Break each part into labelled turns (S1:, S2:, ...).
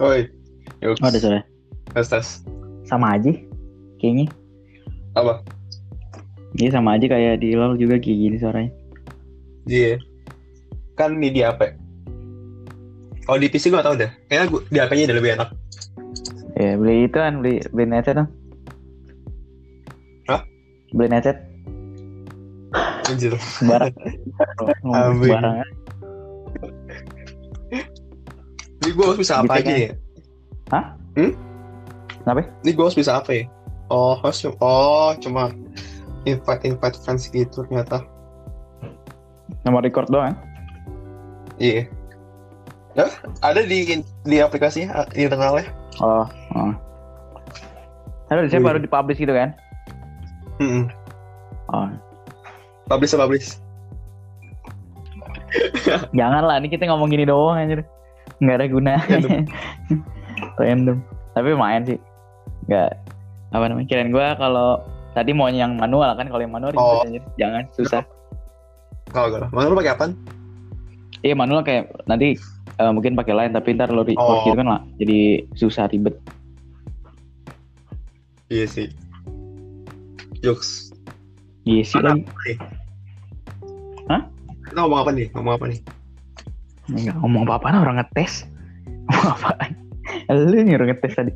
S1: Oi. Yuk.
S2: Oh, udah sudah.
S1: Tes tes.
S2: Sama aja. Kayaknya.
S1: Apa?
S2: Iya sama aja kayak di LOL juga kayak gini suaranya.
S1: Iya. Kan ini di HP. Oh di PC gua gak tau deh. Kayaknya gua, di HP-nya udah lebih enak.
S2: Ya, beli itu kan, beli beli headset dong.
S1: Hah?
S2: Beli headset
S1: Anjir.
S2: sembarang. Ngomong
S1: Amin.
S2: sembarang. ya.
S1: Ini gua harus bisa apa
S2: Gitu
S1: aja
S2: kan.
S1: ya?
S2: Hah?
S1: Hmm?
S2: Kenapa?
S1: Ini gua harus bisa apa ya? Oh, harus oh cuma invite invite friends gitu ternyata.
S2: Nomor record doang. ya?
S1: Iya. Hah? ada di di aplikasinya di internalnya.
S2: Oh, oh. Lalu saya
S1: Wih.
S2: baru dipublish gitu kan?
S1: Heeh.
S2: Oh,
S1: Hmm. Publish publish.
S2: janganlah ini kita ngomong gini doang anjir. Nggak ada guna.
S1: Random.
S2: Random. Tapi main sih. Nggak apa namanya? Kirain gua kalau tadi mau yang manual kan kalau yang manual ribet,
S1: Oh.
S2: anjir. Jangan susah.
S1: Kalau enggak. Mana lu pakai apaan?
S2: Iya manual kayak nanti eh, mungkin pakai lain tapi ntar lo
S1: Oh.
S2: record gitu kan lah. Jadi susah ribet.
S1: Iya sih. Jokes.
S2: Iya sih
S1: Mana?
S2: lagi. Hah?
S1: Kita ngomong apa nih? Ngomong apa nih?
S2: Nggak ngomong apa-apaan orang ngetes. Ngomong apaan? Lu nyuruh ngetes tadi.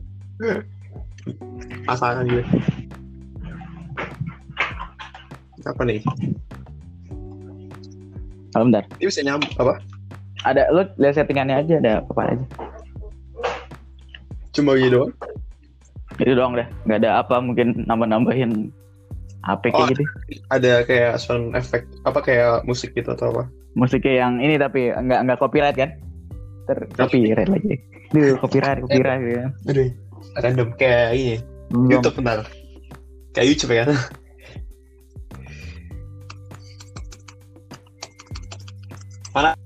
S1: Asalkan gue. Apa nih?
S2: Kalau bentar.
S1: Ini bisa nyambung apa?
S2: Ada lu lihat settingannya aja ada apa aja.
S1: Cuma gitu doang.
S2: Itu doang deh. Nggak ada apa mungkin nambah-nambahin HP kayak
S1: Oh.
S2: gitu.
S1: Ada kayak sound effect apa kayak musik gitu atau apa?
S2: Musiknya yang ini tapi nggak nggak copyright kan? Ter copyright lagi. Duh, copyright, copyright
S1: Eh,
S2: gitu. kan.
S1: Aduh. Random kayak ini.
S2: Belum.
S1: YouTube benar. Kayak YouTube ya kan? Mana?